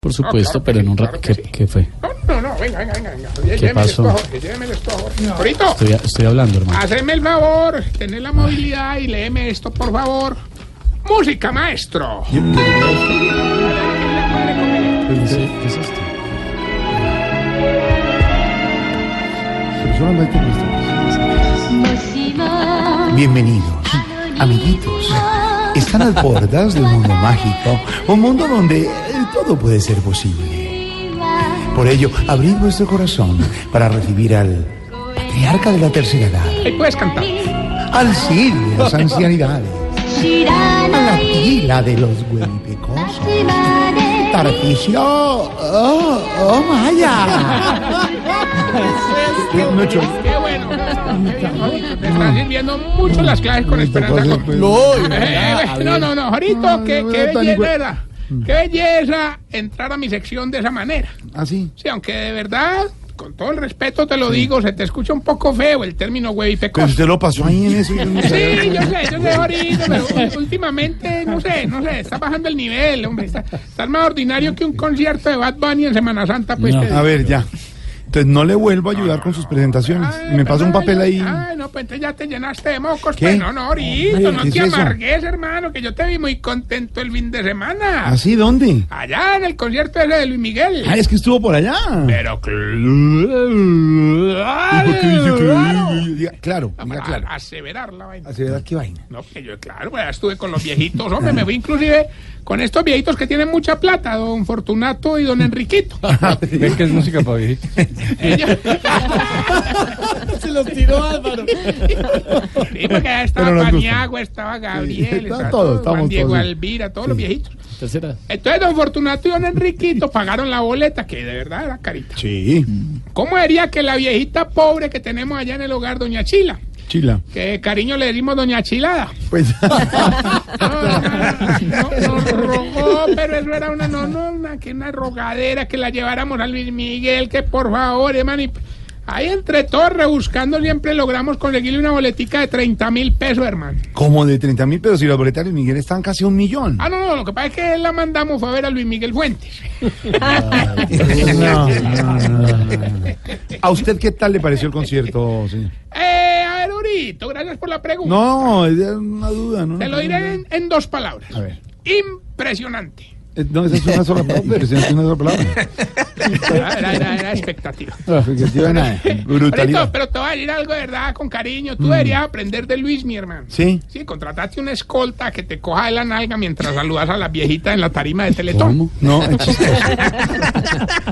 Por supuesto, claro que pero en sí, un rato. claro que ¿Qué, sí. qué fue? No, no, no, venga, venga, venga. venga. Oye, ¿Qué lléveme pasó? esto a Jorge, lléveme esto a Jorge. Jorito, Estoy, estoy hablando, hermano. haceme el favor, tener la movilidad y léeme esto, por favor. Música, maestro. ¿Qué es, qué es esto? Bienvenidos, amiguitos. Están al bordas de un mundo mágico, un mundo donde eh, todo puede ser posible. Por ello, abrid vuestro corazón para recibir al patriarca de la tercera edad, Ahí puedes cantar. al Cid de las ancianidades, a la tila de los huelipecosos, Tarpicio, oh, oh, Maya. Mucho. Qué bueno. qué bien, Jorito. Te están sirviendo mucho las claves con Esperanza. cosa, Cor- pues. No, eh, eh, no, no, no, Jorito, No, qué, no qué veo tan igual. belleza. pues. Qué belleza entrar a mi sección de esa manera. Así. Sí, aunque de verdad, con todo el respeto te lo digo, se te escucha un poco feo el término güey y Pero pecoso. usted lo pasó ahí en eso. y yo no sabía. Sí, yo sé, yo sé, ahorita, pero ú- últimamente, no sé, no sé, está bajando el nivel, hombre. Está, está más ordinario que un concierto de Bad Bunny en Semana Santa, pues. No. te digo. A ver, ya. Entonces no le vuelvo a ayudar con sus presentaciones. Ay, Me pasa un perdón, papel ahí. Ay, no, pues entonces ya te llenaste de mocos. ¿Qué? Pues no, no, ahorita, Hombre, no ¿qué te es eso? amargues, hermano, que yo te vi muy contento el fin de semana. ¿Así dónde? Allá en el concierto ese de Luis Miguel. Ah, es que estuvo por allá. Pero claro. ¿Y por qué dice que- Diga, Claro, Ah, diga para claro. Aseverar la vaina. Así verdad, qué vaina. No, que yo, claro, pues, estuve con los viejitos, hombre, me fui inclusive con estos viejitos que tienen mucha plata, don Fortunato y don Enriquito. Ah, ¿Ves que es música para viejitos? Ellos- Se los tiró Álvaro. Sí, porque ahí Pero estaba nos gusta. Paniagua, estaba Sí, Gabriel, está estaba todo, todo, estamos Juan Diego todos. Alvira, todos los viejitos. Tercera. Entonces, don Fortunato y don Enriquito pagaron la boleta, que de verdad era carita. Sí, ¿Cómo diría que la viejita pobre que tenemos allá en el hogar, doña Chila? chila. Que de cariño le dimos doña Chilada. Pues, Ah, no, Nos rogó, pero eso era una no, no, una, que una rogadera que la lleváramos a Luis Miguel, que por favor, hermano. y- Ahí entre todos rebuscando siempre logramos conseguirle una boletica de 30 mil pesos, hermano. como de 30 mil, pero si los boletarios Miguel están casi un millón. Ah, no, no, lo que pasa es que la mandamos fue a ver a Luis Miguel Fuentes. No, no, Ah, no. ¿A usted qué tal le pareció el concierto, señor? Eh, a ver, Urito, gracias por la pregunta. No, es una duda, ¿no? Te lo diré en, en dos palabras. A ver. Impresionante. Eh, No, esa es una sola palabra, pero si no es una sola palabra. Era, era- era- era expectativa. Efectiva, nada. Ahorita, Brutalidad. Mm. pero te voy a decir algo de verdad, con cariño. Tú deberías aprender de Luis, mi hermano. Sí. Sí, contrataste una escolta que te coja de la nalga mientras saludas a las viejitas en la tarima de Teletón. ¿Cómo? No, es chistoso.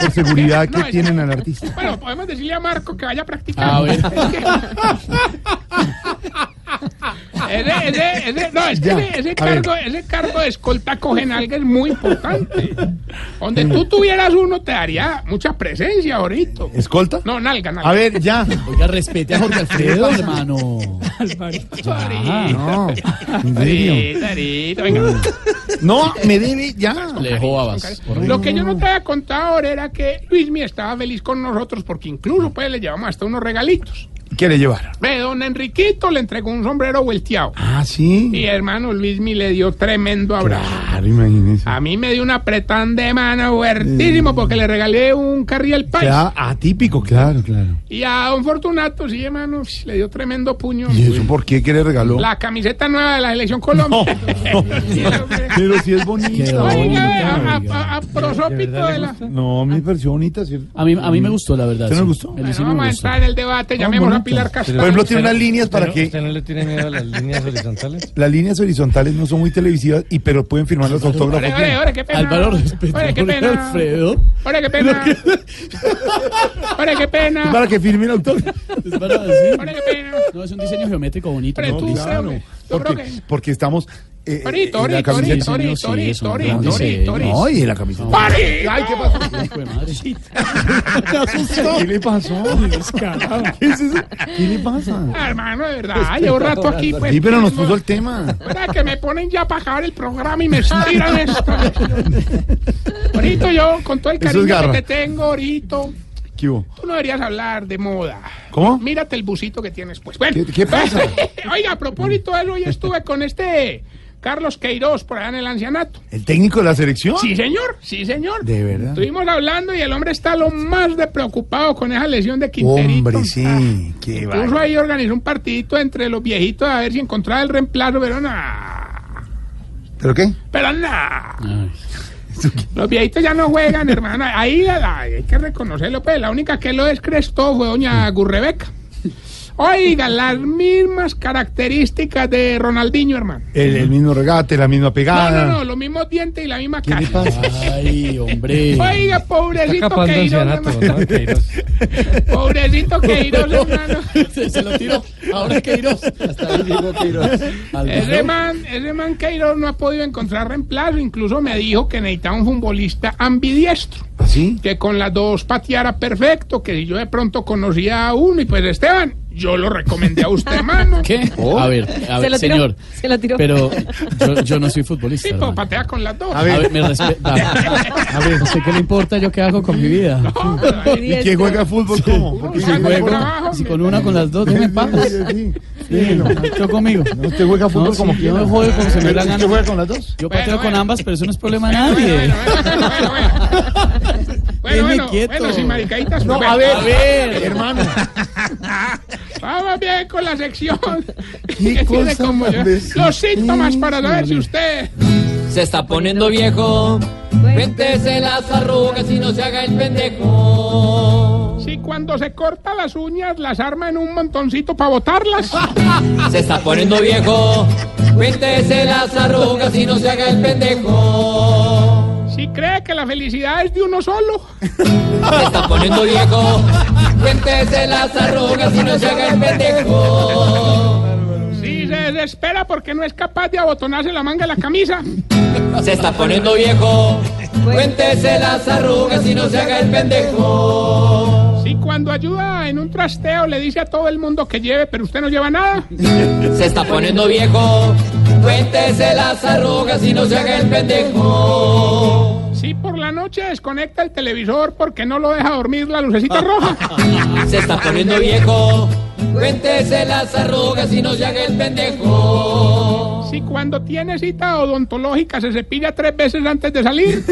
Por seguridad No, que es- tienen al artista. Bueno, podemos decirle a Marco que vaya Ah, A practicando. ver. Ese, ese- ese- no, es que Ya, ese, ese a cargo, ese cargo de escolta coge nalga es muy importante. Donde tú tuvieras uno te daría mucha presencia, ahorita. ¿Escolta? No, nalga, nalga. A ver, ya. Oiga, respete a Jorge Alfredo, hermano. Ahorita, Ah, No, en serio. ahorita, ahorita, venga. No, me debe ya. Alejo Babas. Lo que yo no te había contado ahora era que Luismi estaba feliz con nosotros porque incluso pues le llevamos hasta unos regalitos. ¿Quiere llevar? Ve, don Enriquito le entregó un sombrero vuelteado. Ah, Mi sí. hermano Luismi le dio tremendo abrazo. Claro, imagínese. A mí me dio un apretón de mano fuertísimo porque le regalé un carriel país. Queda atípico, pues. claro, claro. Y a don Fortunato, sí, hermano, le dio tremendo puño. ¿Y eso por qué que le regaló? La camiseta nueva de la selección Colombia. Sí, hombre. Pero si es bonita. Quedó Oiga, bonita. a, a- a- a prosópito de la... No, a mí me pareció bonita, ¿cierto? Mm. A mí, a mí me gustó, la verdad. ¿Usted no sí. le gustó? A mí Bueno, sí me vamos a gustó. entrar en el debate. Llamemos a bonito. Pilar Castro. Por ejemplo, tiene unas líneas para ¿Usted no- que ¿Usted no le tiene miedo a las líneas horizontales? las líneas horizontales no son muy televisivas, y pero pueden firmar los Ore, autógrafos. ore, ore, qué pena. Álvaro, respete a Ore, qué Jorge pena. Alfredo. Ore, qué pena. Ore, qué pena. Para que firme el autógrafo. Es para decir. Ore, qué pena. No, es un diseño geométrico bonito. Pero ¿no? tú, Dice- claro. Yo creo Porque, que... porque estamos. eh, eh, Tori, en la Tori, Tori, camiseta. Tori, sí, Tori, es un Tori, gran Tori, diseño. Tori. No, y en la camiseta. ¡Pari! Ay, ¿qué pasó? Hijo de madre. ¿Qué le pasó? ¿Qué es eso? ¿Qué le pasa? Ah, Hermano, de verdad, llevo rato aquí, pues... Este Sí, pero nos puso el tema. Espera, que me ponen ya para acabar el programa y me estiran esto. Ahorita yo, con todo el Eso es cariño garra. que te tengo, ahorita, tú ¿Qué hubo? no deberías hablar de moda. ¿Cómo? Mírate el busito que tienes, pues. Bueno. ¿Qué- qué pasa? Oiga, a propósito de eso, yo estuve con este Carlos Queiroz, por allá en el ancianato. ¿El técnico de la selección? Sí, señor, sí, señor. ¿Ah? De verdad. Estuvimos hablando y el hombre está lo más de preocupado con esa lesión de Quinterito. Ah, Hombre, sí. Qué Incluso bárbaro. ahí organizó un partidito entre los viejitos a ver si encontraba el reemplazo, pero nada. ¿Pero qué? Pero nada. Ay. Los viejitos ya no juegan, hermana. Ahí ay, hay que reconocerlo, pues. La única que lo descrestó fue doña Gurrebeca. Oiga, las mismas características de Ronaldinho, hermano. El, el mismo regate, la misma No, pegada. no, no, los mismos dientes y la misma Ah. ¿Qué le cara. pasa? Ay, hombre. Oiga, Está pobrecito capando el Queiroz, ancianato, hermano. ¿no? Queiroz. Pobrecito Queiroz, hermano. se, se lo tiro. Ahora Queiroz. Hasta ahí llegó Queiroz. Al- Ese man, ese man Queiroz no ha podido encontrar reemplazo. Incluso me dijo que necesitaba un futbolista ambidiestro. ¿Así? que con las dos pateara perfecto, que si yo de pronto conocía a uno y pues Esteban, yo lo recomendé a usted, mano. ¿Qué? A ver, a Se ver, lo tiró, señor. se lo tiró. Pero yo, yo no soy futbolista. Sí, pues hermano. patea con las dos. A A ver. ver, me respeta. A ver, no sé qué le importa yo qué hago con mi vida. No, pero ahí ¿Y quién juega fútbol cómo? uno Porque Si si jugando juego, por juega... abajo, si mira. con una, con las dos, déjeme paz. Sí, Sí, no, yo conmigo. No, usted juega fútbol No, sí, como yo quiera. no juego como se me da ¿Usted gana. juega con las dos? Yo Bueno, pateo con bueno. ambas, pero eso no es problema de Bueno, nadie. bueno, bueno, bueno, bueno. Bueno, bueno, quieto. bueno, sin maricaditas. No, pues, a ver, A ver. hermano. Vamos bien con la sección. Qué Que tiene cosa como más yo- decente. Los síntomas para saber si usted... Se está poniendo viejo. Cuéntese las arrugas y no se haga el pendejo. Si cuando se corta las uñas las arma en un montoncito para botarlas. Se está poniendo viejo. Cuéntese las arrugas y no se haga el pendejo. Si cree que la felicidad es de uno solo. Se está poniendo viejo. Cuéntese las arrugas y no se haga el pendejo. Si se desespera porque no es capaz de abotonarse la manga de la camisa. Se está poniendo viejo. Cuéntese las arrugas y no se haga el pendejo. Si cuando ayuda en un trasteo le dice a todo el mundo que lleve, pero usted no lleva nada. Se está poniendo viejo. Cuéntese las arrugas y no se haga el pendejo. Si por la noche desconecta el televisor porque no lo deja dormir la lucecita roja. Se está poniendo viejo. Cuéntese las arrugas y no se haga el pendejo. Si cuando tiene cita odontológica se cepilla tres veces antes de salir.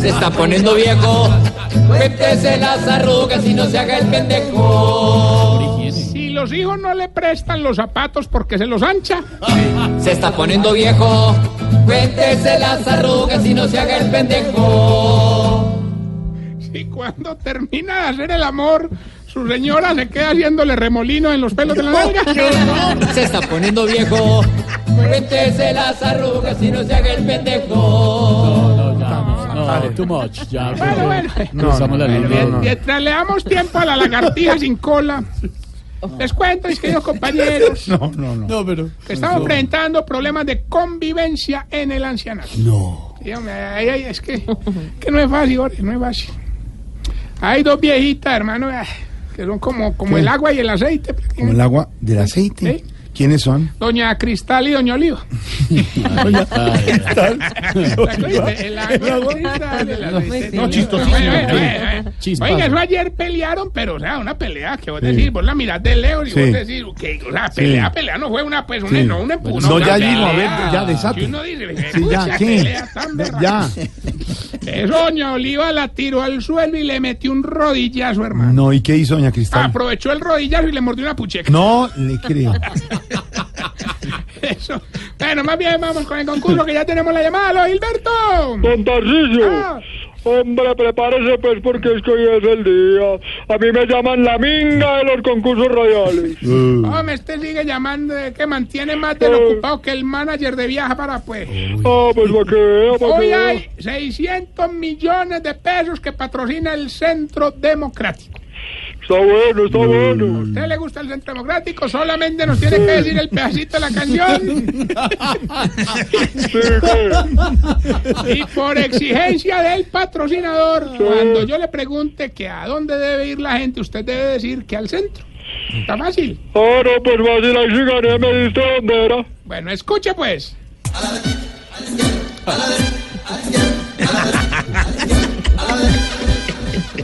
Se está poniendo viejo. Cuéntese las arrugas y no se haga el pendejo. Si los hijos no le prestan los zapatos porque se los ancha. Se está poniendo viejo. Cuéntese las arrugas y no se haga el pendejo. Si cuando termina de hacer el amor, su señora se queda haciéndole remolino en los pelos de la nalga. Se está poniendo viejo. Cuéntese las arrugas y no se haga el pendejo. No, no, ya, no, no, too much. Ya, Bueno, bueno. cruzamos la línea. Bien, Mientras le damos tiempo a la lagartija sin cola, les cuento, mis queridos compañeros, No, no, no. No, pero. que estamos enfrentando problemas de convivencia en el ancianato. No. Dígame, ay, ay, es que, que no es fácil, Jorge, no es fácil. Hay dos viejitas, hermano, ay, que son como, como ¿Qué? el agua y el aceite. Como el agua del aceite. ¿Sí? ¿Quiénes son? Doña Cristal y Doña Oliva. Ay, El agua, Cristal, el aceite. No, chistosísimo. Chispazo. Oiga, eso ayer pelearon, pero o sea, una pelea que vos decís, vos la mirás de lejos y Sí. vos decís, que, o sea, pelea, pelea, no fue una, pues, una, Sí. no, una empujón. No, una ya pelea. digo, a ver, ya desate. Y uno dice, Sí, "Pucha, ya, ¿qué? pelea tan berraca". Ya. Eso, doña Oliva la tiró al suelo y le metió un rodillazo, hermano. Ah, No, ¿y qué hizo Doña Cristal? Aprovechó el rodillazo y le mordió una pucheca. No le creo. Eso. Bueno, más bien vamos con el concurso que ya tenemos la llamada, lo Gilberto. Don Tarcisio, Ah. hombre, prepárese pues porque es que hoy es el día. A mí me llaman la minga de los concursos radiales. Uh, Hombre, este sigue llamando, eh, que mantiene más del ocupado que el manager de viaja para pues. Ah, pues para que vea, para que Hoy vea. hay 600 millones de pesos que patrocina el Centro Democrático. Está bueno, está bueno. ¿A usted le gusta el Centro Democrático? Solamente nos tiene que decir el pedacito de la canción. Sí, que- Y por exigencia del patrocinador, cuando yo le pregunte que a dónde debe ir la gente, usted debe decir que al centro. Está fácil. Ah, no, pues fácil, ahí sí gané, me diste bandera. Bueno, escuche pues.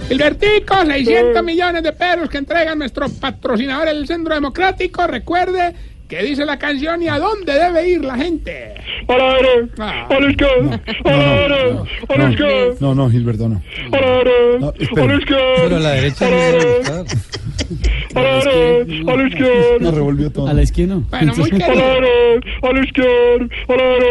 Gilbertico, 600 millones de pesos que entregan nuestros patrocinadores del Centro Democrático. Recuerde ¿Qué dice la canción y a dónde debe ir la gente? A la R, Ah. a la izquierda, a la R, a la izquierda, No, no, Gilberto, no. a la R, No, a la espera. Pero a izquierda, la derecha no debe estar. a la R, a la izquierda. Lo revolvió todo. A la esquina. Bueno, muy A la querido. R, a la izquierda, a la No, R,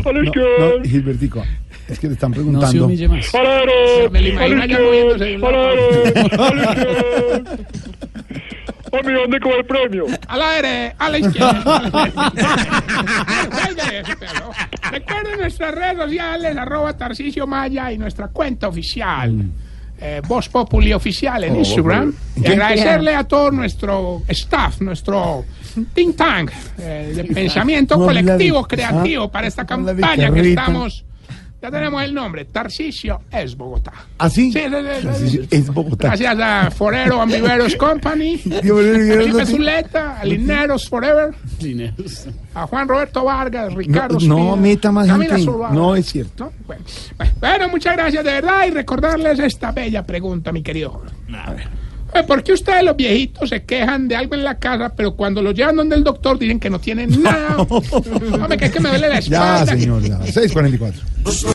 a no, la no, izquierda, Gilbertico, es que le están No se preguntando. humille más. a la R, Me lo a imagino la allá moviéndose de un izquierda, a la lado a R, a la izquierda. A mí, ¿dónde coge el premio? otro. A la R, a la izquierda. Oiga, ese perro. Recuerden nuestras redes sociales, arroba Tarcicio Maya y nuestra cuenta Mm. oficial. eh, Voz Populi Oficial Oh, en Instagram. Y agradecerle a todo nuestro staff, nuestro think tank eh, de pensamiento No habla de- colectivo, ah, creativo para esta habla de campaña que carreta. estamos. Ya tenemos el nombre, Tarcicio es Bogotá. Así. Sí, sí, sí, sí, sí. Ah, Es Bogotá. Gracias a Forero Ambiveros Company, Dios mío, Dios mío, Felipe no te- Zuleta, a Lineros Forever, Dineros. a Juan Roberto Vargas, No, Ricardo no Espina, meta más Camila gente. Zuluaga. No es cierto. ¿No? Bueno, bueno, bueno, muchas gracias de verdad y recordarles esta bella pregunta, mi querido. Jorge. Eh, ¿Por qué ustedes los viejitos se quejan de algo en la casa, pero cuando los llevan donde el doctor dicen que no tienen nada? Hombre, que es que me duele la Ya, espalda. que- señor, ya. 6.44.